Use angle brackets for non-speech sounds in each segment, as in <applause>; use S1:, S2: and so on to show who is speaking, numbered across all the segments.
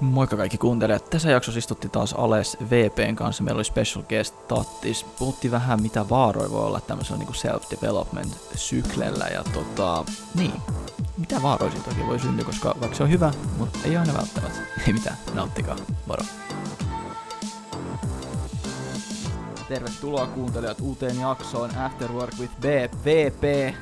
S1: Moikka kaikki kuuntelijat. Tässä jaksossa istutti taas Ales VPn kanssa. Meillä oli special guest Tattis. Puhuttiin vähän mitä vaaroja voi olla tämmöisellä niin self-development-syklellä. Ja tota, niin, mitä vaaroja siitä oikein voi syntyä, koska vaikka se on hyvä, mutta ei aina välttämättä. Ei mitään, nauttikaa. Moro. Tervetuloa kuuntelijat uuteen jaksoon After Work with BVP.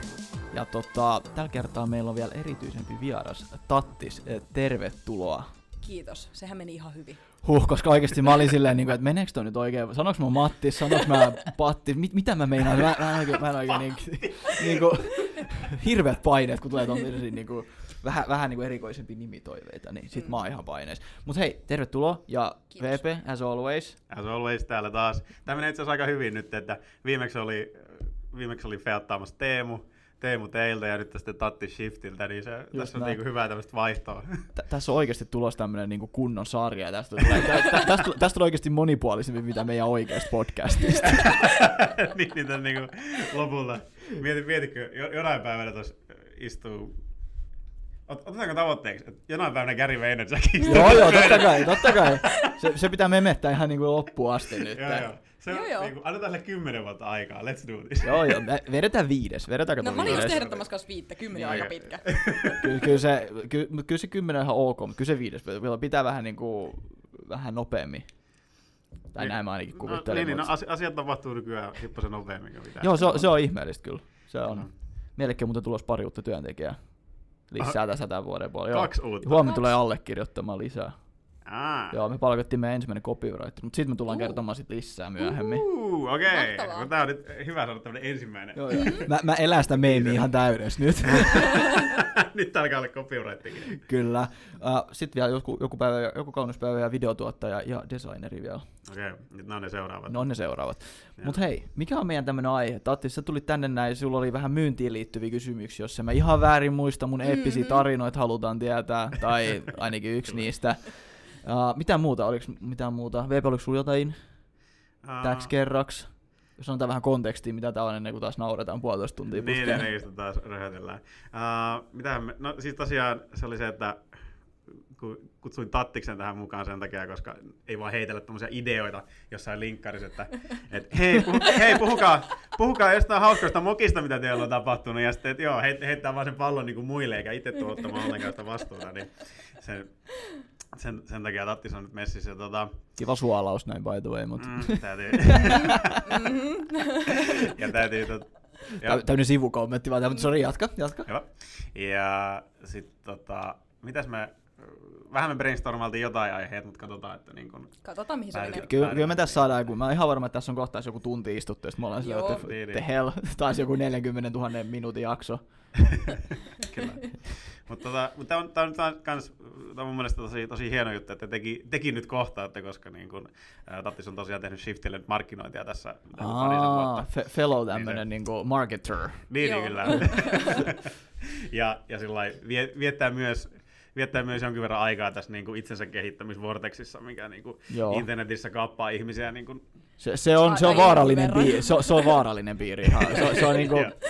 S1: Ja tota, tällä kertaa meillä on vielä erityisempi vieras, Tattis. Eh, Tervetuloa.
S2: Kiitos, sehän meni ihan hyvin.
S1: Huh, koska oikeasti mä olin silleen, niin kuin, että meneekö toi nyt oikein, sanoks mä Matti, sanoks mä Patti, mit, mitä mä meinaan, mä, mä en oikein, mä en oikein niin, niin kuin, hirveät paineet, kun tulee tuollaisia niin kuin, vähän, vähän niin kuin erikoisempi nimitoiveita, niin sit mä oon ihan paineessa. Mut hei, tervetuloa ja
S2: Kiitos.
S1: VP, as always.
S3: As always täällä taas. Tämä menee itse asiassa aika hyvin nyt, että viimeksi oli, viimeksi oli feattaamassa Teemu, Teemu teiltä ja nyt tästä Tatti Shiftiltä, niin se, tässä on
S1: näin.
S3: niinku hyvää tämmöistä
S1: <laughs>
S3: vaihtoa.
S1: Tä- tässä on oikeasti tulossa tämmönen niin kuin kunnon sarja, ja tästä tulee, tä, tä, tästä, tulee- tästä tulee oikeasti monipuolisempi, mitä meidän oikeasta podcastista.
S3: niin, niin tämän niinku lopulta. Mieti, mietitkö, jo, jonain päivänä tuossa istuu Ot, otetaanko tavoitteeksi, että jonain päivänä Gary Vaynerchuk istuu
S1: joo, joo,
S3: pöydällä?
S1: totta kai, totta kai. Se, se pitää memettää ihan niin kuin loppuun asti nyt.
S3: Joo, joo. Se,
S2: Joo, joo.
S3: Niinku, annetaan sille kymmenen vuotta aikaa, let's do this.
S1: Joo, joo. Mä- Vedetään viides. Vedetäänkö
S2: No
S1: toi
S2: mä olin just
S1: viides?
S2: ehdottamassa kanssa viittä, kymmenen
S1: Niin.
S2: on aika
S3: Okei.
S2: pitkä.
S1: Kyllä, kyllä, se, ky, mut kyllä se kymmenen on ihan ok, mutta kyllä se viides. Vielä pitää vähän niinku, vähän nopeammin. Tai näin mä ainakin
S3: No,
S1: kuvittelen.
S3: niin, niin, no,
S1: mut-
S3: asi- asiat tapahtuu nykyään hippasen nopeammin kuin mitä.
S1: joo, se on, se on ihmeellistä kyllä. Se on.
S3: Joo.
S1: Meillekin on muuten tulossa pari uutta työntekijää. Lisää
S3: Aha.
S1: tässä tämän vuoden puolella. Joo.
S3: Kaksi uutta.
S1: Huomenna
S2: Kaksi.
S1: tulee allekirjoittamaan lisää.
S3: Aa.
S1: Joo, me palkattiin meidän ensimmäinen copywriter, mutta sitten me tullaan
S2: Uhu.
S1: kertomaan sit lisää myöhemmin.
S3: Uu, okei.
S2: Mahtavaa.
S3: No, tää on nyt hyvä saada tämmönen ensimmäinen.
S1: Joo, joo. Mä, mä elän sitä meimiä ihan täydessä nyt.
S3: <laughs> nyt alkaa olla copywritingin.
S1: Kyllä. Sitten vielä joku, joku, päivä, joku kaunis päivä ja videotuottaja ja designeri vielä.
S3: Okei, nyt nämä on ne seuraavat.
S1: No on ne seuraavat.
S3: Joo.
S1: Mutta hei, mikä on meidän tämmöinen aihe? Tatti, sä tulit tänne näin, sulla oli vähän myyntiin liittyviä kysymyksiä, jos en mä ihan väärin muista, mun eeppisiä
S2: Mhm.
S1: tarinoita halutaan tietää, tai ainakin yksi niistä. Uh, mitä muuta, oliko mitään muuta? VP, oliko sulla jotain
S3: Aa,
S1: täksi kerraksi? Jos antaa vähän kontekstia, mitä tää on ennen kuin taas nauretaan puolitoista tuntia
S3: Niin,
S1: putkeen.
S3: niin, niin, sitä taas röhötellään. Uh, mitähän me, no siis tosiaan se oli se, että kun kutsuin Tattiksen tähän mukaan sen takia, koska ei vaan heitellä tämmöisiä ideoita jossain linkkarissa, että et, hei, puhu, hei puhukaa, puhukaa jostain hauskoista mokista, mitä teillä on tapahtunut, ja sitten, että joo, heit, heittää vaan sen pallon niin kuin muille, eikä itse tule ottamaan ollenkaan sitä vastuuta, niin sen, sen, sen takia Tattis on nyt messissä. ja Tota,
S1: Kiva suolaus näin by the way, mutta mm. <laughs>
S3: Mm, täytyy. <laughs> ja täytyy... Tot... Ja,
S1: tämmöinen sivukommentti vaan, mutta sori, jatka, jatka.
S3: hyvä. ja sitten tota, mitäs me... Vähän me brainstormailtiin jotain aiheet, mutta katsotaan, että niin kun...
S2: Katsotaan mihin se
S3: Päädytään.
S2: menee.
S1: Kyllä,
S3: Päädytään
S1: kyllä me tässä
S3: siihen.
S1: saadaan, kun mä oon ihan varma, että tässä on kohta joku tunti istuttu, ja sitten me ollaan sillä,
S2: Joo.
S1: että
S3: Niin,
S1: the
S3: niin.
S1: hell, taas joku 40 000 minuutin jakso. <laughs>
S3: Kyllä. mutta tota, mut tämä on, tää on, tää on, kans, tää on mun mielestä tosi, tosi hieno juttu, että teki, teki nyt kohtaatte, koska niin kun, ää, Tattis on tosiaan tehnyt shiftille nyt markkinointia tässä niin kun parisen
S1: Aa,
S3: vuotta. Niin
S1: fe- fellow
S3: se-
S1: tämmönen niinku marketer.
S3: Niin,
S2: Joo.
S3: niin kyllä. <laughs> ja ja sillä lailla vie, viettää myös viettää myös jonkin verran aikaa tässä niin kuin itsensä kehittämisvorteksissa, mikä niin kuin
S1: Joo.
S3: internetissä kappaa ihmisiä. Niin kuin,
S1: Se, se, on, se on
S2: Ai, ai,
S1: vaarallinen
S2: jonkin
S1: piiri,
S2: verran.
S1: se, on- se on vaarallinen piiri ihan. Se, on- se on niinku,
S3: Joo.
S1: <laughs>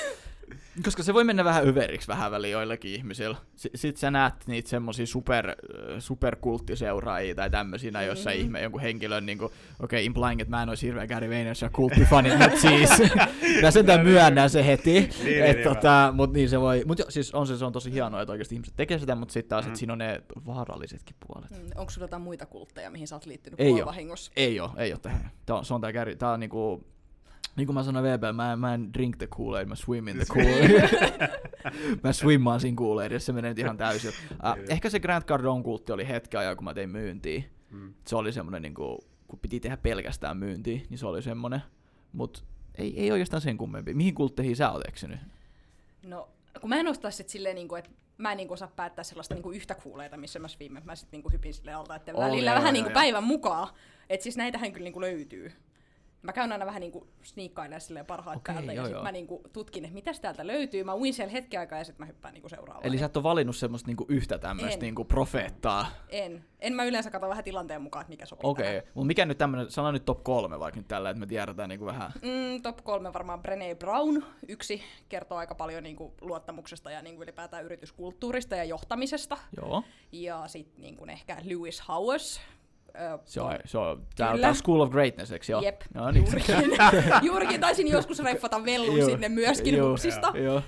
S1: koska se voi mennä vähän överiksi vähän väliin joillakin ihmisillä. S- sit sä näet niitä semmosia super, ö, superkulttiseuraajia tai tämmöisiä, mm. jossa ihme jonkun henkilön niinku, okei, okay, implying, että mä en olisi hirveä Gary Vaynerchuk kulttifani, mutta siis <laughs> mä sentään myönnän se heti.
S3: niin,
S1: et,
S3: niin,
S1: tota, mut niin se voi, mut jo, siis on se, se on tosi hienoa, että oikeasti ihmiset tekee sitä, mutta sitten taas, mm. että siinä on ne vaarallisetkin puolet.
S2: Mm, Onko sulla jotain muita kultteja, mihin sä oot liittynyt
S1: Ei oo.
S2: vahingossa?
S1: Ei oo, ei oo tähän. Tää on, se on tää kärry, tää on niinku... Niin kuin mä sanoin VP, mä, en- mä en drink the Kool-Aid, mä swim in the <laughs> Kool-Aid. mä swimmaan siinä Kool-Aidissa, se menee nyt ihan täysin. <laughs> Äh, ehkä se Grand Cardone-kultti oli hetki ajaa, kun mä tein myyntiä.
S3: mm.
S1: Se oli semmonen niinku, kun piti tehdä pelkästään myyntiä, niin se oli semmonen. Mut ei, ei oikeastaan sen kummempi. Mihin kultteihin sä oot eksynyt?
S2: No, kun mä en ostaa sit silleen, niinku, että mä en niinku osaa päättää sellaista niinku yhtä kuuleita, missä mä viime. Mä sit niinku hypin sille alta, että
S1: Oli,
S2: välillä
S1: joo,
S2: vähän
S1: joo,
S2: niinku
S1: joo.
S2: päivän mukaan. Et siis näitähän kyllä niinku löytyy. Mä käyn aina vähän niinku sniikkailemaan silleen parhaat
S1: Okei,
S2: okay, päältä
S1: joo,
S2: ja
S1: joo.
S2: sit mä niinku tutkin, että mitäs täältä löytyy. Mä uin siellä hetken aikaa ja sit mä hyppään niinku seuraavaan.
S1: Eli sä et ole valinnut semmoista niinku yhtä tämmöistä
S2: En.
S1: niinku profeettaa.
S2: En. En mä yleensä katso vähän tilanteen mukaan, että mikä sopii
S1: Okei, okay. mutta mikä nyt tämmönen, sano nyt top kolme vaikka nyt tällä, että me tiedetään niinku vähän.
S2: Mm, top kolme varmaan Brené Brown. Yksi kertoo aika paljon niin kuin, luottamuksesta ja niin kuin, ylipäätään yrityskulttuurista ja johtamisesta.
S1: Joo.
S2: Ja sitten niin kuin, ehkä Lewis Howes. Ö,
S1: Se on, se on, tää,
S2: Kyllä.
S1: tää on School of Greatness, eikö joo?
S2: Jep,
S1: No niin. <laughs>
S2: juurikin. juurikin taisin joskus reffata vellun
S1: Joo,
S2: sinne myöskin
S1: joo,
S2: hupsista.
S1: Joo.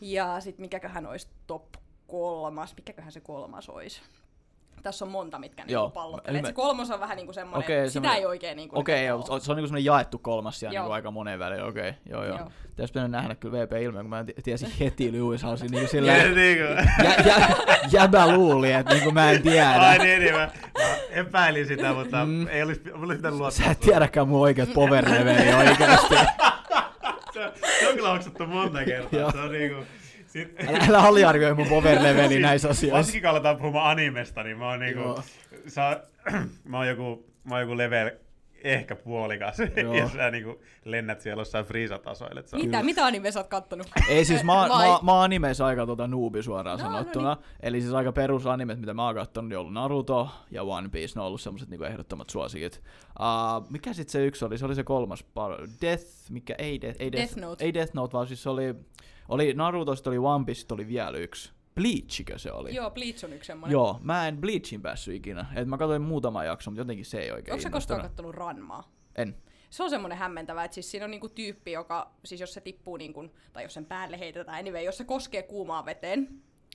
S2: Ja sitten mikäköhän olisi top kolmas, mikäköhän se kolmas olisi? Tässä on monta, mitkä
S1: Joo,
S2: niinku pallottelee.
S1: mä-
S2: Et Se kolmos on vähän niinku semmoinen,
S1: Okei,
S2: okay, sitä
S1: semmoinen-
S2: ei oikein niinku
S1: Okei,
S2: nyt
S1: joo,
S2: oo.
S1: se on se on niinku semmoinen jaettu kolmas siellä
S2: Joo.
S1: niinku aika monen väliin, okei, joo joo. joo.
S2: Joo.
S1: Tässä pitänyt nähdä kyllä VP ilmeen, kun mä en t- tiesin heti Lewis Housein niinku sillä
S3: Ja
S1: jä,
S3: <laughs> niin kuin,
S1: jä, jäbä luuli, että niinku mä en
S3: ai
S1: tiedä.
S3: niin, niin mä, mä epäilin sitä, mutta mm. ei olisi, mulla oli
S1: Sä
S3: sitä
S1: et
S3: luottamusta.
S1: tiedäkään mun oikeet power leveli oikeesti.
S3: Se, on- se on kyllä hoksattu monta
S1: Joo.
S3: kertaa. se on niin kuin, sit,
S1: Älä, älä aliarvioi mun power leveli
S3: Siis
S1: näissä asioissa.
S3: Varsinkin kun aletaan puhumaan animesta, niin mä oon
S1: Joo.
S3: niinku, sä, <clears throat> mä oon joku, mä oon joku level ehkä puolikas, <laughs>
S1: Joo.
S3: jos sä niinku lennät siellä jossain friisatasoille. et sä-
S2: Mitä, mitä anime sä oot kattonut?
S1: Ei
S2: <laughs>
S1: siis mä, oon-
S2: Vai?
S1: mä, mä oon animeissa aika tota noobi suoraan
S2: No,
S1: no,
S2: no
S1: sanottuna. No niin. Eli siis aika perusanimet, mitä mä oon kattonut, niin on ollut Naruto ja One Piece. Ne on ollut semmoset niinku ehdottomat suosikit. Uh, mikä sit se yksi oli? Se oli se kolmas par... Death, mikä ei Death... Ei
S2: Death Note.
S1: Ei Death Note, vaan siis se oli... Oli Naruto, sit oli One Piece, sit oli vielä yksi. Bleachikö se oli?
S2: Joo, Bleach on yksi semmoinen.
S1: Joo, mä en Bleachin päässyt ikinä. Et mä katsoin muutama jakso, mutta jotenkin se ei oikein
S2: Onko sä
S1: innostanut.
S2: koskaan kattonut Ranmaa?
S1: En.
S2: Se on semmoinen hämmentävä, että siis siinä on niinku tyyppi, joka, siis jos se tippuu, niinku, tai jos sen päälle heitetään, anyway, jos se koskee kuumaan veteen,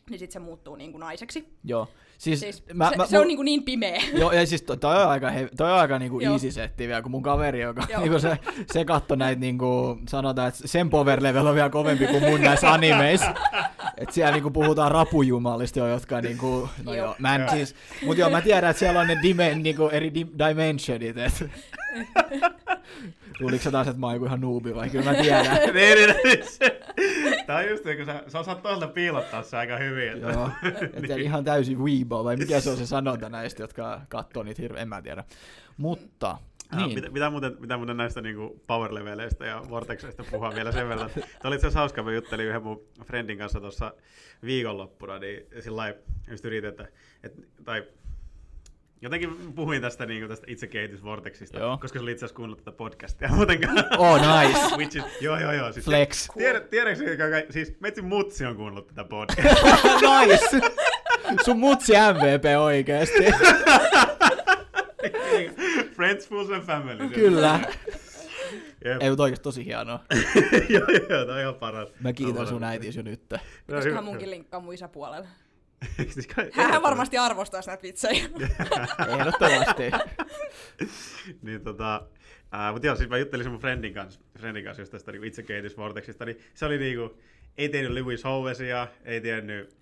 S2: niin sitten se muuttuu niinku naiseksi.
S1: Joo. Siis,
S2: Siis mä, se, mä, se
S1: mul-
S2: on niinku niin pimeä. <laughs>
S1: Joo, ja siis to- toi on aika, he, toi on aika niinku
S2: Joo.
S1: easy setti vielä, kun mun kaveri, joka
S2: Joo.
S1: niinku se, se katsoi näitä, niinku, sanotaan, että sen power level on vielä kovempi kuin mun näissä animeissa. Et siellä niinku puhutaan rapujumalista jo, jotka niinku, no
S2: Joo.
S1: joo, mä en siis, mut joo, mä tiedän, että siellä on ne dimen, niinku eri di, dimensionit, et. Tuliko se taas, että mä oon joku ihan noobi vai kyllä mä tiedän.
S3: <laughs> niin, niin, niin, se, tää on just niin, kun sä, sä osaat toiselta piilottaa se aika hyvin. että-
S1: Joo, että ihan täysin weebo, vai mikä se on se sanonta näistä, jotka katsoo niitä hirveän, en mä tiedä. Mutta,
S3: Ah,
S1: niin.
S3: Mitä, mitä, muuten, mitä muuten näistä niinku powerleveleistä ja vortexeista puhua vielä sen verran? Tämä oli itse asiassa hauska, mä juttelin yhden mun friendin kanssa tuossa viikonloppuna, niin sillä lailla just yritin, että, et, tai jotenkin puhuin tästä, niinku, tästä itsekehitysvortexista,
S1: Joo.
S3: koska se oli itse asiassa kuunnellut tätä podcastia
S1: <laughs>
S3: muutenkaan.
S1: Oh, nice.
S3: Which is, joo, joo, joo. Siis,
S1: Flex. <laughs>
S3: Tiedä, tiedätkö, kuinka- siis Metsin Mutsi on kuunnellut tätä
S1: <laughs>
S3: podcastia.
S1: nice! Sun mutsi MVP oikeesti.
S3: Friends, Fools and Family.
S1: Kyllä.
S3: Jep.
S1: Ei, mutta oikeesti tosi hienoa.
S3: <laughs> joo, joo, joo, tää on ihan paras.
S1: Mä
S3: Tää on
S1: kiitän sun
S3: paras.
S1: äitiis jo nyt.
S2: Pitäisiköhän munkin linkkaa mun isäpuolelle.
S3: <laughs> Siis kai-
S2: Hän varmasti arvostaisi näitä <laughs> vitsejä.
S1: Ehdottomasti.
S3: niin tota, ää, mut joo, siis mä juttelin sen mun friendin kanssa, friendin kanssa just tästä niinku itsekehitysvorteksista, niin se oli niinku, ei tiennyt Lewis Howesia, ei tiennyt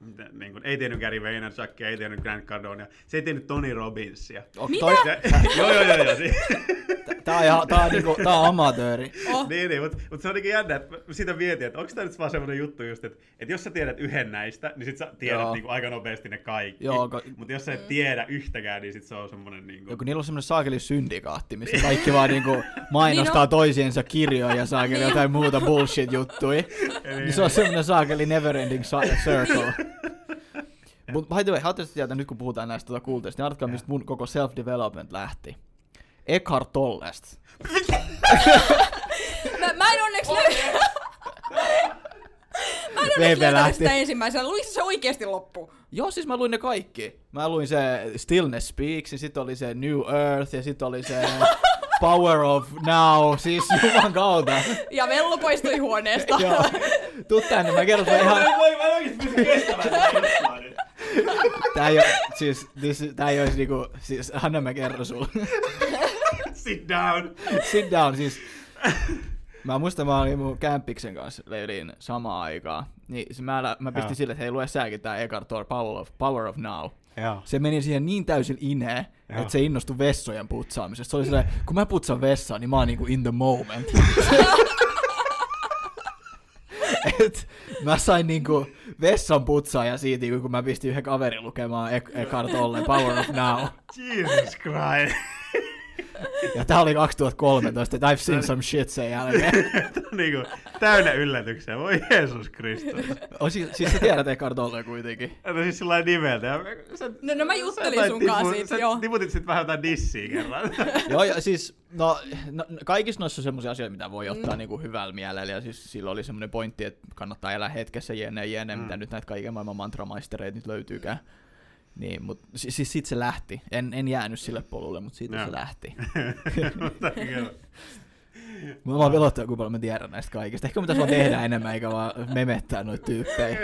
S3: mitä- niin kuin, ei tiennyt Gary Vaynerchukia, ei tiennyt Grant Cardonea, se ei tiennyt Tony Robbinsia.
S1: Oh,
S2: Mitä?
S1: toi-
S3: Se, <laughs> joo, joo, joo, siis- joo. si-
S1: Tää on, ihan- tää on, niinku, tää on amatööri.
S2: Oh,
S3: niin, niin, mutta, mutta se on niin jännä, että mä sitä mietin, että onko tämä nyt vaan semmoinen juttu just, että, että jos sä tiedät yhden näistä, niin sit sä tiedät
S1: Joo.
S3: niin kuin aika nopeasti ne kaikki.
S1: Joo, ko-
S3: Mutta jos sä et tiedä yhtäkään, niin sit se on semmoinen niin kuin...
S1: Joku niillä on semmonen saakeli syndikaatti, missä kaikki vaan niinku mainostaa
S2: Niin on. Niin.
S1: toisiensa kirjoja ja saakeli jotain muuta bullshit-juttui. Niin se on semmonen saakeli never ending sa- circle. <laughs> Mut by the way, haluatteko tietää, nyt kun puhutaan näistä tuota kulteista, niin arvatkaa, mistä mun koko self-development lähti. Eckhart Tollesta.
S2: mä, mä en onneksi löytänyt no,
S1: VP lähti.
S2: sitä ensimmäisenä. Luitko se oikeasti loppu?
S1: Joo, siis mä luin ne kaikki. Mä luin se Stillness Speaks, ja sit oli se New Earth, ja sit oli se Power of Now, siis juman kautta.
S2: Ja Vello poistui <laughs> huoneesta.
S1: Joo. Tuu tänne, mä kerron sulle ihan...
S3: <laughs> voi, mä en oikeesti pysty kestämään tätä juttua nyt.
S1: Tää ei oo, siis, this, tää ei ois niinku, siis anna mä kerron sulle. <laughs>
S3: Sit down.
S1: Sit down, siis. Mä muistan, mä olin mun kämppiksen kanssa leidin samaan aikaan. Niin se mä, älä- mä pistin
S3: Joo.
S1: sille, että hei lue säkin tää Eckhart Tolle Power of, Power of Now.
S3: Joo.
S1: Se meni siihen niin täysin ineen,
S3: Joo.
S1: että se innostui vessojen putsaamisesta. Se oli silleen, kun mä putsaan vessaa, niin mä oon niinku in the
S3: <laughs>
S1: moment. Et mä sain niinku vessan putsaan ja siitä, niinku, kun mä pistin yhden kaverin lukemaan Ek- Eckhart Tolle Power of Now.
S3: Jesus Christ.
S1: Ja tää oli 2013, että I've seen some shit sen
S3: <laughs>
S1: jälkeen.
S3: Tää on niinku täynnä yllätyksiä, voi Jeesus Kristus.
S1: On, siis, siis sä tiedät ekan tolle kuitenkin.
S3: No siis sillä lailla nimeltä. Ja sä-
S2: No, no mä juttelin
S3: sä
S2: sun
S3: tipu-
S2: kanssa siitä,
S3: sä
S2: joo.
S3: Tiputit sit vähän jotain dissiä
S2: <laughs>
S3: kerran.
S1: Joo, ja siis, no, no kaikissa noissa on semmoisia asioita, mitä voi ottaa mm. niinku hyvällä mielellä, ja siis sillä oli semmoinen pointti, että kannattaa elää hetkessä, jene, jene, mm. mitä nyt näitä kaiken maailman mantramaistereita nyt löytyykään. Niin, mut siis, siis siitä se lähti. En, en jäänyt sille polulle, mutta siitä
S3: Joo.
S1: se lähti.
S3: Mutta kyllä.
S1: Mä vaan pelottaa, kuinka paljon mä tiedän näistä kaikista. Ehkä mun pitäisi vaan tehdä enemmän, eikä vaan memettää noita tyyppejä.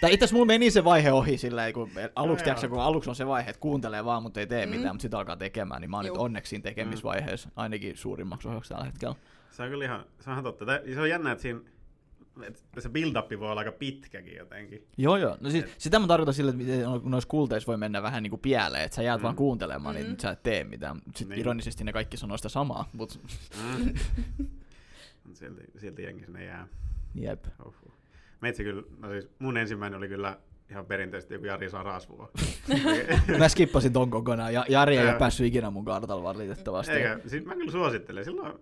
S1: tai itse asiassa mulla meni se vaihe ohi sillä lailla, kun aluksi,
S3: joo.
S1: tiiäksä, kun aluksi on se vaihe, että kuuntelee vaan, mutta ei tee mm. mitään, mutta sitten alkaa tekemään, niin mä oon nyt
S2: Juu.
S1: onneksi siinä tekemisvaiheessa, ainakin suurimmaksi osaksi tällä hetkellä.
S3: <laughs> Se on kyllä ihan, se on ihan totta. Tää- Se on jännä, että siinä että se build-up voi olla aika pitkäkin jotenkin.
S1: Joo, joo. No siis, sitä mä tarkoitan sillä, että miten on- kun noissa kulteissa voi mennä vähän niin kuin pieleen, että sä jäät mm. vaan kuuntelemaan,
S2: Mm-hmm.
S1: niin sä et tee mitään. Sitten
S3: Niin.
S1: niin. ironisesti ne kaikki sanoo sitä samaa, mutta
S3: <laughs>
S2: <laughs>
S3: Mm. Mut silti, silti jengi sinne jää.
S1: jep.
S3: Uhuh. Meitsi kyllä, no siis mun ensimmäinen oli kyllä ihan perinteisesti joku
S1: <laughs>
S3: Jari Sarasvuo.
S1: Mä skippasin ton kokonaan. Ja, Jari ei
S3: Joo.
S1: ole päässyt ikinä mun kartalla valitettavasti.
S3: Eikä, siis mä kyllä suosittelen. Silloin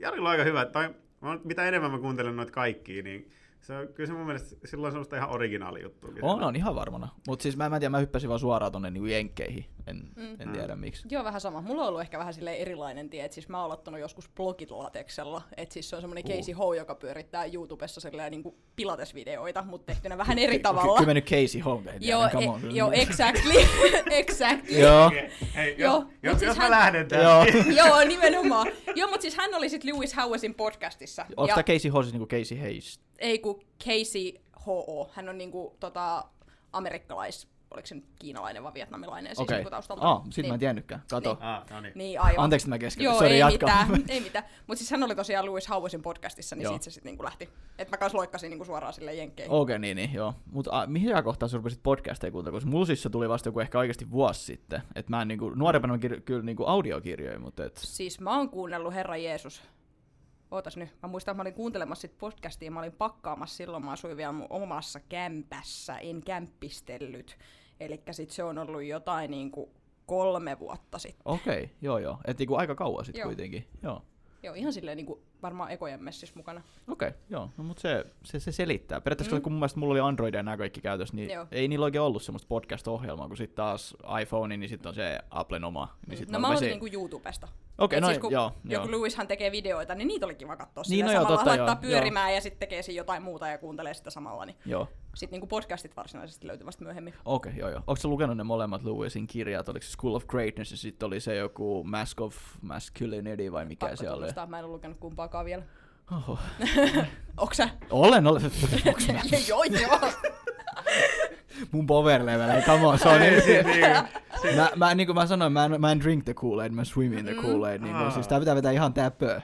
S3: Jari on aika hyvä. Tai mä- mitä enemmän mä kuuntelen noita kaikkia, niin se on, kyllä se mun mielestä silloin on semmoista ihan originaali juttua.
S1: On, on ihan varmana. Mutta siis mä, mä en tiedä, mä hyppäsin vaan suoraan tonne niinku jenkkeihin. En, mm. en tiedä miksi.
S2: Joo, vähän sama. Mulla on ollut ehkä vähän sille erilainen tie, että siis mä oon aloittanut joskus blogilateksella, että siis se on
S1: Uh.
S2: semmoinen Casey Ho, joka pyörittää YouTubessa silleen niin kuin pilatesvideoita, mutta tehtynä vähän eri tavalla.
S1: Kyllä me nyt Casey Home
S2: Joo,
S1: niin come
S2: e-
S1: on. kyllä
S2: joo, e-
S1: me- <laughs>
S2: exactly, exactly.
S1: Joo.
S3: Okei, Hei,
S2: Joo,
S3: jos,
S2: mut
S3: jos,
S2: siis
S3: jos
S2: hän-
S3: mä lähden tästä. <laughs>
S1: Joo.
S2: Joo, nimenomaan. Joo, mutta siis hän oli sitten Lewis Howesin podcastissa.
S1: Onko
S2: Ja-
S1: tää Casey Ho siis niinku Casey Hayes?
S2: Ei kun Casey H.O. Hän on niinku tota, amerikkalais, oliko se nyt kiinalainen vai vietnamilainen siis
S1: Okei.
S2: niinku taustalta.
S1: Ah, sit
S2: niin.
S1: mä en tiennytkään. Kato.
S2: Niin.
S3: Ah, no niin.
S2: Niin, aivan.
S1: Anteeksi, että mä keskeytin.
S2: Joo,
S1: Sorry,
S2: ei
S1: jatka. <laughs>
S2: mitään, ei mitään. Mutta siis hän oli tosiaan Lewis Howesin podcastissa, niin
S1: Joo.
S2: siitä se sitten niinku lähti. Että mä kans loikkasin niinku suoraan sille jenkkeihin.
S1: Okei, okay, niin, niin, joo. Mutta mihin kohtaan sä rupesit podcasteja kuuntelemaan? Koska mulla siis se tuli vasta joku ehkä oikeasti vuosi sitten. Että mä en niinku, nuorempana mä kir- kyllä niinku audiokirjoja, mutta et...
S2: Siis mä oon kuunnellut Herra Jeesus. Ootas nyt. Mä muistan, että mä olin kuuntelemassa sit podcastia. Mä olin pakkaamassa silloin. Mä asuin vielä mun omassa kämpässä. En kämppistellyt. Eli sit se on ollut jotain niinku kolme vuotta sitten.
S1: Okei, okay, joo joo. Et niinku aika kauan sitten
S2: Joo.
S1: kuitenkin. Joo.
S2: Joo, ihan silleen niinku varmaan ekojen messissä mukana.
S1: Okei, okay, joo. No, mutta se, se, se selittää. Periaatteessa mm. kun mun mielestä mulla oli Android ja nämä kaikki käytössä, niin
S2: Joo.
S1: ei niillä oikein ollut semmoista podcast-ohjelmaa, kun sitten taas iPhone, niin sitten on se Applen oma. Niin sit
S2: no mä aloitin niinku YouTubesta.
S1: Okei,
S2: Et
S1: no
S2: siis kun
S1: joo,
S2: joku
S1: joo.
S2: Lewishan tekee videoita, niin niitä oli kiva katsoa
S1: Niin,
S2: niin,
S1: no
S2: no
S1: joo,
S2: samalla
S1: totta,
S2: laittaa
S1: joo,
S2: pyörimään ja sitten tekee siinä jotain muuta ja kuuntelee sitä samalla. Niin.
S1: Joo.
S2: Sitten niinku podcastit varsinaisesti löytyy vasta myöhemmin.
S1: Okei, okay, joo joo. Onko sä lukenut ne molemmat Lewisin kirjat? Oliko se School of Greatness ja sitten oli se joku Mask of Masculinity vai mikä
S2: Pakko
S1: se oli?
S2: tunnustaa, mä en ole lukenut kumpaakaan vielä.
S1: Oho.
S2: Onks sä?
S1: Olen, olen. Onks mä? <laughs>
S2: joo, joo.
S1: Mun power level, ei come on, se
S3: <laughs>
S1: on
S3: Ei,
S1: niin.
S3: siis Mm. niinku-
S1: Mä, mä, niin kuin mä sanoin, mä en, mä en drink the Kool-Aid, mä swim in the Kool-Aid, niin mun, siis tää pitää vetää ihan täpöä.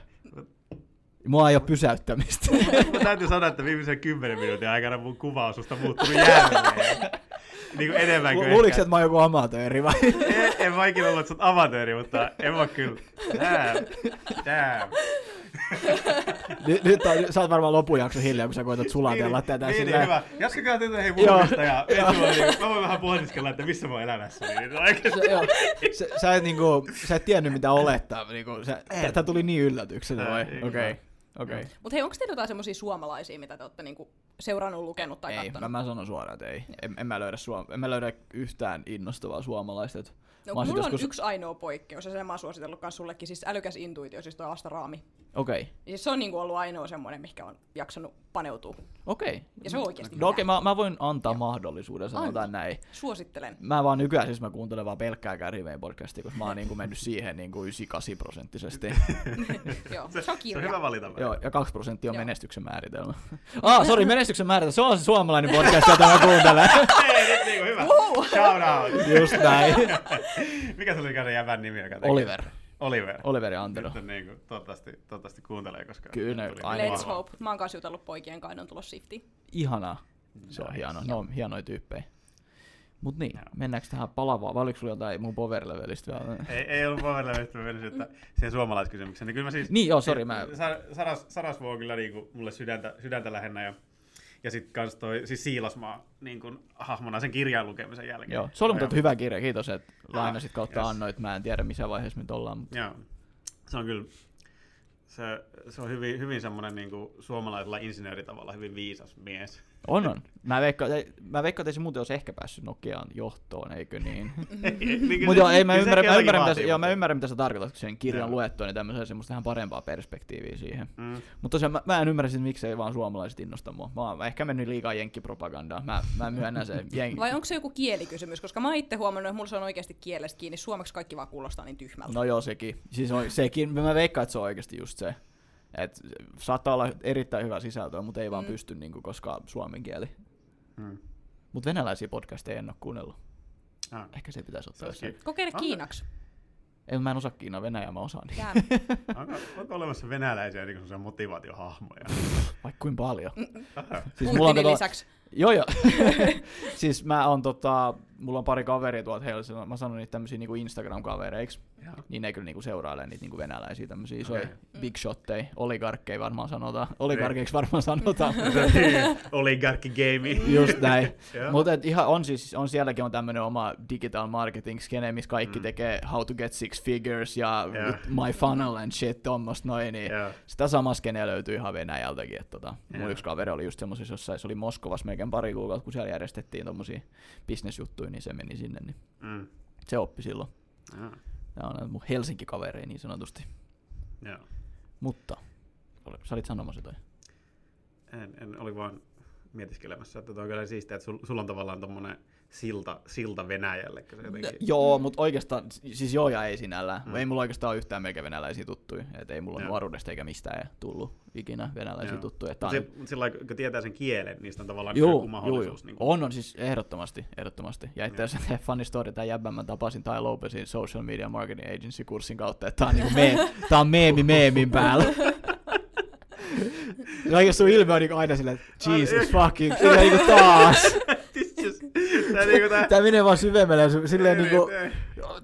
S1: Mua ei oo pysäyttämistä.
S3: Mä täytyy sanoa, että viimeisen kymmenen minuutin aikana mun kuva on susta muuttunut jälleen. niin kuin enemmän kuin
S1: Lu- Luuliks,
S3: ehkä.
S1: että mä oon joku amatööri vai?
S3: En, en mä ikinä ollut, että sä oot amatööri, mutta en mä kyllä. Damn. Damn.
S1: nyt, nyt on, sä oot varmaan lopujakso hiljaa, kun sä koetat sulatella
S3: niin,
S1: tätä
S3: niin,
S1: sillä-
S3: Niin, hyvä. Jatkakaa tätä hei
S1: Joo.
S3: huomista ja ensi vuonna, niin mä voin vähän pohdiskella, että missä mä oon elämässä. Niin oikeesti.
S1: Se, joo, sä, sä, et, niinku, sä et tiennyt mitä olettaa. Niinku, sä, tää tuli niin yllätyksenä vai?
S3: Ei,
S1: Okei.
S3: ei,
S1: Okay.
S3: kyllä.
S1: Okay.
S2: Mutta hei, onko teillä jotain semmoisia suomalaisia, mitä te olette niinku seurannut, lukenut tai
S1: Ei, mä,
S2: katsonut?
S1: mä sanon suoraan, että ei. En, en, mä löydä suom- en mä löydä yhtään innostavaa suomalaista. et-
S2: No,
S1: mä oon sit
S2: mulla on
S1: joskus-
S2: yksi ainoa poikkeus, ja sen mä oon suositellut myös sullekin, siis älykäs intuitio, siis toi Asta Raami.
S1: Okei. Okay.
S2: Siis se on niinku ollut ainoa semmoinen, mikä on jaksanut paneutua.
S1: Okei.
S2: Ja se on oikeasti
S1: No
S2: hyvä.
S1: okei, okay, mä, mä, voin antaa mahdollisuuden, sanotaan näin.
S2: Suosittelen.
S1: Mä vaan nykyään siis mä kuuntelen vaan pelkkää Käriveen podcastia, koska mä oon niinku mennyt siihen niinku 98 <laughs> prosenttisesti.
S2: Joo, se on
S3: Se on hyvä
S2: kirja.
S3: valinta.
S1: Joo, ja 2 prosenttia on
S2: Joo.
S1: menestyksen määritelmä. <laughs> Ah, sori, menestyksen määritelmä. Se on se suomalainen podcast, jota mä kuuntelen.
S3: Hei, nyt niinku hyvä.
S2: Wow.
S3: Shout out.
S1: <laughs> Just näin.
S3: Mikä se oli se jävän nimi, joka teki?
S1: Oliver.
S3: Oliver.
S1: Oliveri Antero.
S3: Sitten niinku, toivottavasti, toivottavasti kuuntelee, koska...
S1: Kyllä ne
S3: tuli
S1: aina
S3: varmaan.
S2: Let's hope. Mä oon kanssa jutellut poikien kanssa, ne on tulossa shiftiin.
S1: Ihanaa. Se on hieno. Ne on hienoja tyyppejä. Mut niin, mennäänkö tähän palavaan? Vai oliko sulla jotain mun power levelistä vielä?
S3: Ei, ei ollut pohjalla, mistä mä menisin, että siihen suomalaiskysymykseen. Niin kyllä mä siis...
S1: Niin joo, sori, mä-
S3: Sar- Saras, Sarasvuo on kyllä niinku mulle sydäntä, sydäntä lähennä ja, ja sit kans toi, siis Siilasmaa niin kun hahmona sen kirjan lukemisen jälkeen.
S1: Joo, se oli
S3: Ja-
S1: mutta hyvä kirja. Kiitos, että lainasit kautta
S3: Ah, yes.
S1: annoit. Mä en tiedä missä vaiheessa me nyt ollaan. mut-
S3: Joo. se on kyllä, se, se on hyvin, hyvin semmoinen niin kuin suomalaisella insinööritavalla hyvin viisas mies.
S1: On, on. Mä veikkaan, mä veikkaan, että se muuten olisi ehkä päässyt Nokiaan johtoon, eikö
S3: <laughs>
S1: niin?
S3: niin
S1: Mutta joo, ei, mä ymmärrän, mä ymmärrän, mitä, sä- joo, mä ymmärrän, mitä sä tarkoitat, kun sen kirjan
S3: Joo.
S1: luettua, niin tämmöisen semmoista vähän parempaa perspektiiviä siihen.
S3: Mm.
S1: Mutta tosiaan mä, mä en ymmärrä, siis, miksei vaan suomalaiset innosta mua. Mä oon ehkä mennyt liikaa jenkkipropagandaan. Mä, mä myönnän
S3: <laughs>
S1: sen. Jenk...
S2: Vai onko se joku kielikysymys? Koska mä oon itse huomannut, että mulla se on oikeasti kielestä kiinni. Suomeksi kaikki vaan kuulostaa niin tyhmältä.
S1: No joo, sekin. Siis on, sekin, mä veikkaan, että se on oikeasti just se. Et saattaa olla erittäin hyvä sisältöä, mutta ei vaan
S2: Mm.
S1: pysty niinku, koska suomen kieli.
S3: Mm.
S1: Mutta venäläisiä podcasteja en ole kuunnellut.
S3: Ah,
S1: Ehkä se pitäisi ottaa.
S3: se
S1: jossain.
S3: olisikin-
S2: Kokeile
S3: Onko-
S2: kiinaksi.
S1: Ei, mä en osaa Kiinaa, Venäjää mä osaan. Niin.
S2: Jää.
S3: onko, onko olemassa venäläisiä niin semmoisia motivaatiohahmoja?
S1: Vaikka kuinka paljon. <laughs>
S2: Siis
S1: kato-
S2: lisäksi.
S1: tota- Joo
S2: <laughs>
S1: joo. siis mä on tota, mulla on pari kaveria tuolta Helsingin, mä sanon niitä tämmöisiä niinku Instagram-kavereiksi.
S3: Joo.
S1: Niin ne kyllä niinku seurailee niitä niinku venäläisiä tämmöisiä isoja
S3: Okei.
S1: big shotteja, oligarkkeja varmaan sanotaan, oligarkeiksi varmaan
S2: <laughs>
S3: <laughs>
S1: sanotaan.
S3: Oligarkki game.
S1: Just näin.
S3: <laughs> Joo.
S1: Mutta ihan on siis, on sielläkin on tämmöinen oma digital marketing skene, missä kaikki mm. tekee how to get six figures ja
S3: Joo.
S1: yeah. my funnel and shit, tommoista noin, niin
S3: Joo.
S1: sitä samaa skeneä löytyy ihan Venäjältäkin. Että tota, mun
S3: Joo.
S1: yksi kaveri oli just semmoisessa jossain, se oli Moskovassa meikän pari kuukautta, kun siellä järjestettiin tommosia bisnesjuttuja, niin se meni sinne, niin
S3: Mm. Ah,
S1: se oppi silloin.
S3: Joo.
S1: Nämä on näitä mun Helsinki-kavereja niin sanotusti.
S3: Joo.
S1: Mutta, ole- sä olit sanomassa jotain.
S3: En, en oli vaan mietiskelemässä, että toi on kyllä siistiä, että sul, sulla on tavallaan tommonen silta, silta Venäjälle. kun se jotenkin-
S1: Joo, mutta oikeastaan, siis joo ja ei sinällään. Mm. Ei mulla oikeastaan ole yhtään melkein venäläisiä tuttuja. Et ei mulla
S3: Joo.
S1: nuoruudesta eikä mistään ei tullut ikinä venäläisiä
S3: Joo.
S1: tuttuja. Tää
S3: Mut
S1: on, niinku-
S3: se- mut sillä lailla, kun tietää sen kielen, niistä on tavallaan
S1: Joo,
S3: joku
S1: joo, joo.
S3: mahdollisuus. Niin
S1: on, on siis ehdottomasti, ehdottomasti. Ja itse <laughs> asiassa funny story, tämä jäbän mä tapasin Tai Lopezin Social Media Marketing Agency-kurssin kautta, että tämä on, niinku mee, tää on meemi meemin
S3: <laughs>
S1: päällä. Kaikessa sun ilme on niinku aina silleen, että Jesus fucking, kyllä niinku taas.
S3: <laughs> Tää niinku tää...
S1: Tämä menee vaan syvemmälle, ja se- silleen
S3: Ei,
S1: niinku,
S3: ei,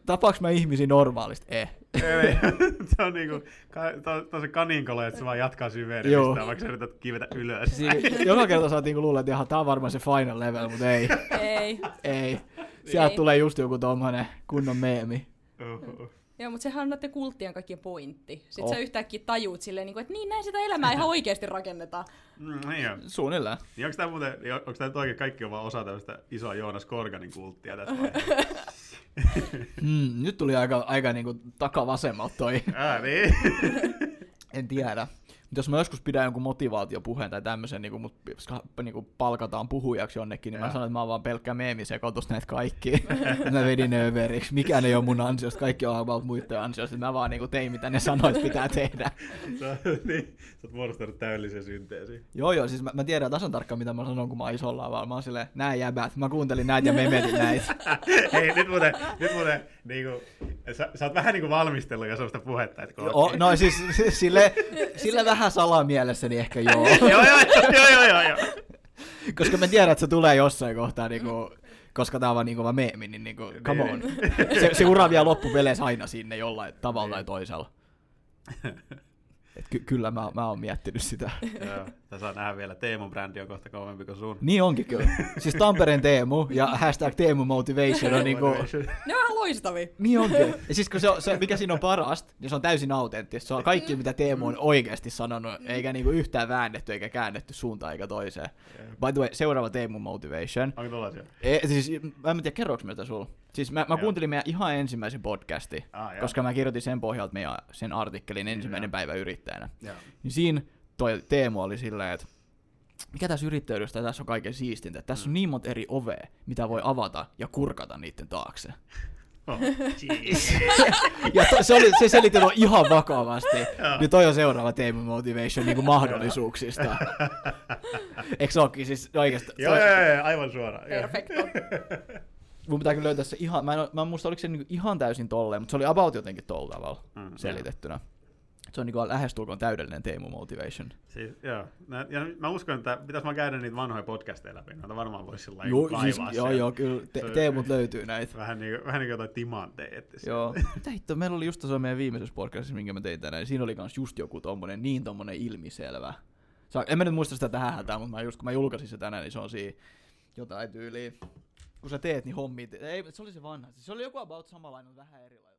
S1: tapaaks mä ihmisiä normaalisti? Eh.
S3: ei, <laughs> ei. Se on niinku, ka- tää on- tää on se kaninkolo, että se vaan jatkaa
S1: Joo.
S3: syvenemistä, vaikka sä yrität kivetä ylös.
S1: Siinä, joka kerta saatiin kun luulla, että ihan, tää on varmaan se final level, mutta ei,
S2: Ei.
S1: ei. Sieltä
S2: Ei.
S1: tulee just joku tommonen kunnon meemi.
S3: Uhuhu.
S2: Joo, mutta sehän on noiden kulttien kaikkien pointti. Sitten
S1: Oh.
S2: sä yhtäkkiä tajuut silleen, niinku, että niin näin sitä elämää ihan oikeasti rakennetaan.
S3: Mm, niin joo.
S1: Suunnilleen.
S3: Niin onks tää muuten, onks tää nyt oikein kaikki on vaan osa tämmöstä isoa Joonas Korganin kulttia tässä vaiheessa?
S1: Mm, nyt tuli aika, aika niinku takavasemmalta toi.
S3: Ah, niin. <laughs>
S1: En tiedä. Mut jos mä joskus pidän jonkun motivaatiopuheen tai tämmöisen, niin mut ska- niinku palkataan puhujaksi jonnekin, niin mä
S3: Joo.
S1: sanon, että mä oon vaan pelkkä meemi sekoitus näitä kaikki. <laughs> mä vedin ne överiksi. Mikään ei ole mun ansiosta, kaikki on about muiden ansiosta. Mä vaan niinku tein mitä ne sanoi, että pitää tehdä.
S3: Sä, oot- niin, sä oot muodostanut täydellisen synteesin. <laughs>
S1: Joo, joo, siis mä, mä tiedän tasan tarkkaan, mitä mä sanon, kun mä oon isolla lavalla. Mä oon silleen, nää jäbät, mä kuuntelin näitä ja memetin <laughs> näitä.
S3: Hei, nyt muuten, nyt muuten niinku, sä, sä oot vähän niinku valmistellut jo sellaista puhetta, että kun
S1: joo, no siis <laughs> si- sille, sille vähän salamielessäni ehkä <laughs> joo.
S3: <laughs> joo, joo, joo, joo, joo, joo.
S1: koska mä tiedän, että se tulee jossain kohtaa, niinku, koska tää on vaan niinku vaan meemi, niin niinku, come on. Se, se ura vielä loppupeleissä aina sinne jollain tavalla tai <laughs> toisella. Et ky- kyllä mä, mä oon miettinyt sitä.
S3: Joo, tässä on nähdä vielä. Teemun brändi on kohta kovempi kuin sun.
S1: Niin onkin kyllä. Siis Tampereen Teemu ja hashtag Teemu Motivation on niinku...
S2: Ne on ihan loistavia.
S1: Niin onkin. Ja siis kun se, on, se, mikä siinä on parasta, niin se on täysin autenttista. Se on kaikki, mitä Teemu on oikeasti sanonut, eikä niinku yhtään väännetty eikä käännetty suuntaan eikä toiseen. By the way, seuraava Teemu Motivation.
S3: Onko tollasia?
S1: E, siis, mä en tiedä, kerroks mä tätä sulla. Siis mä, mä
S3: Joo.
S1: kuuntelin meidän ihan ensimmäisen podcastin,
S3: Ah, joo.
S1: koska mä kirjoitin sen pohjalta meidän sen artikkelin ensimmäinen
S3: Joo.
S1: päivä yrittäjänä.
S3: Joo.
S1: Niin siinä toi Teemu oli silleen, että mikä tässä yrittäjyydestä tässä on kaiken siistintä, että
S3: Mm.
S1: tässä on niin monta eri ovea, mitä voi avata ja kurkata niiden taakse.
S3: Oh, jeez.
S1: Ja to, se, oli, se selitin on ihan vakavasti. Niin toi on seuraava Teemu Motivation niin kuin mahdollisuuksista. Eikö se ookin siis oikeastaan?
S3: joo, joo, joo, joo, aivan suoraan. Joo.
S2: Perfecto.
S1: Mun pitää kyllä löytää se ihan, mä en, oo- mä en muista oliko se niinku ihan täysin tolleen, mutta se oli about jotenkin tolla tavalla
S3: Mm,
S1: mm, selitettynä. Se on niinku lähestulkoon täydellinen Teemu Motivation.
S3: Siis, joo. Nä- Ja nyt mä uskon, että pitäis mä käydä niitä vanhoja podcasteja läpi. Noita varmaan voisi sillä lailla kaivaa
S1: siis, joo,
S3: sieltä.
S1: joo, kyllä te,
S3: Se-
S1: Teemut löytyy näitä.
S3: Vähän niin kuin, vähän niin kuin jotain timanteja etsisi.
S1: Joo. Mitä hittoa, meillä oli just tuossa meidän viimeisessä podcastissa, minkä mä tein tänään, niin siinä oli kans just joku tommonen, niin tommonen ilmiselvä. Sa- en mä nyt muista sitä tähän hätään, mutta mä just kun mä julkaisin se tänään, niin se on siinä jotain tyyliä. Kun sä teet, niin hommia. Te- ei, se oli se vanha. Se oli joku about samanlainen, mutta vähän erilainen.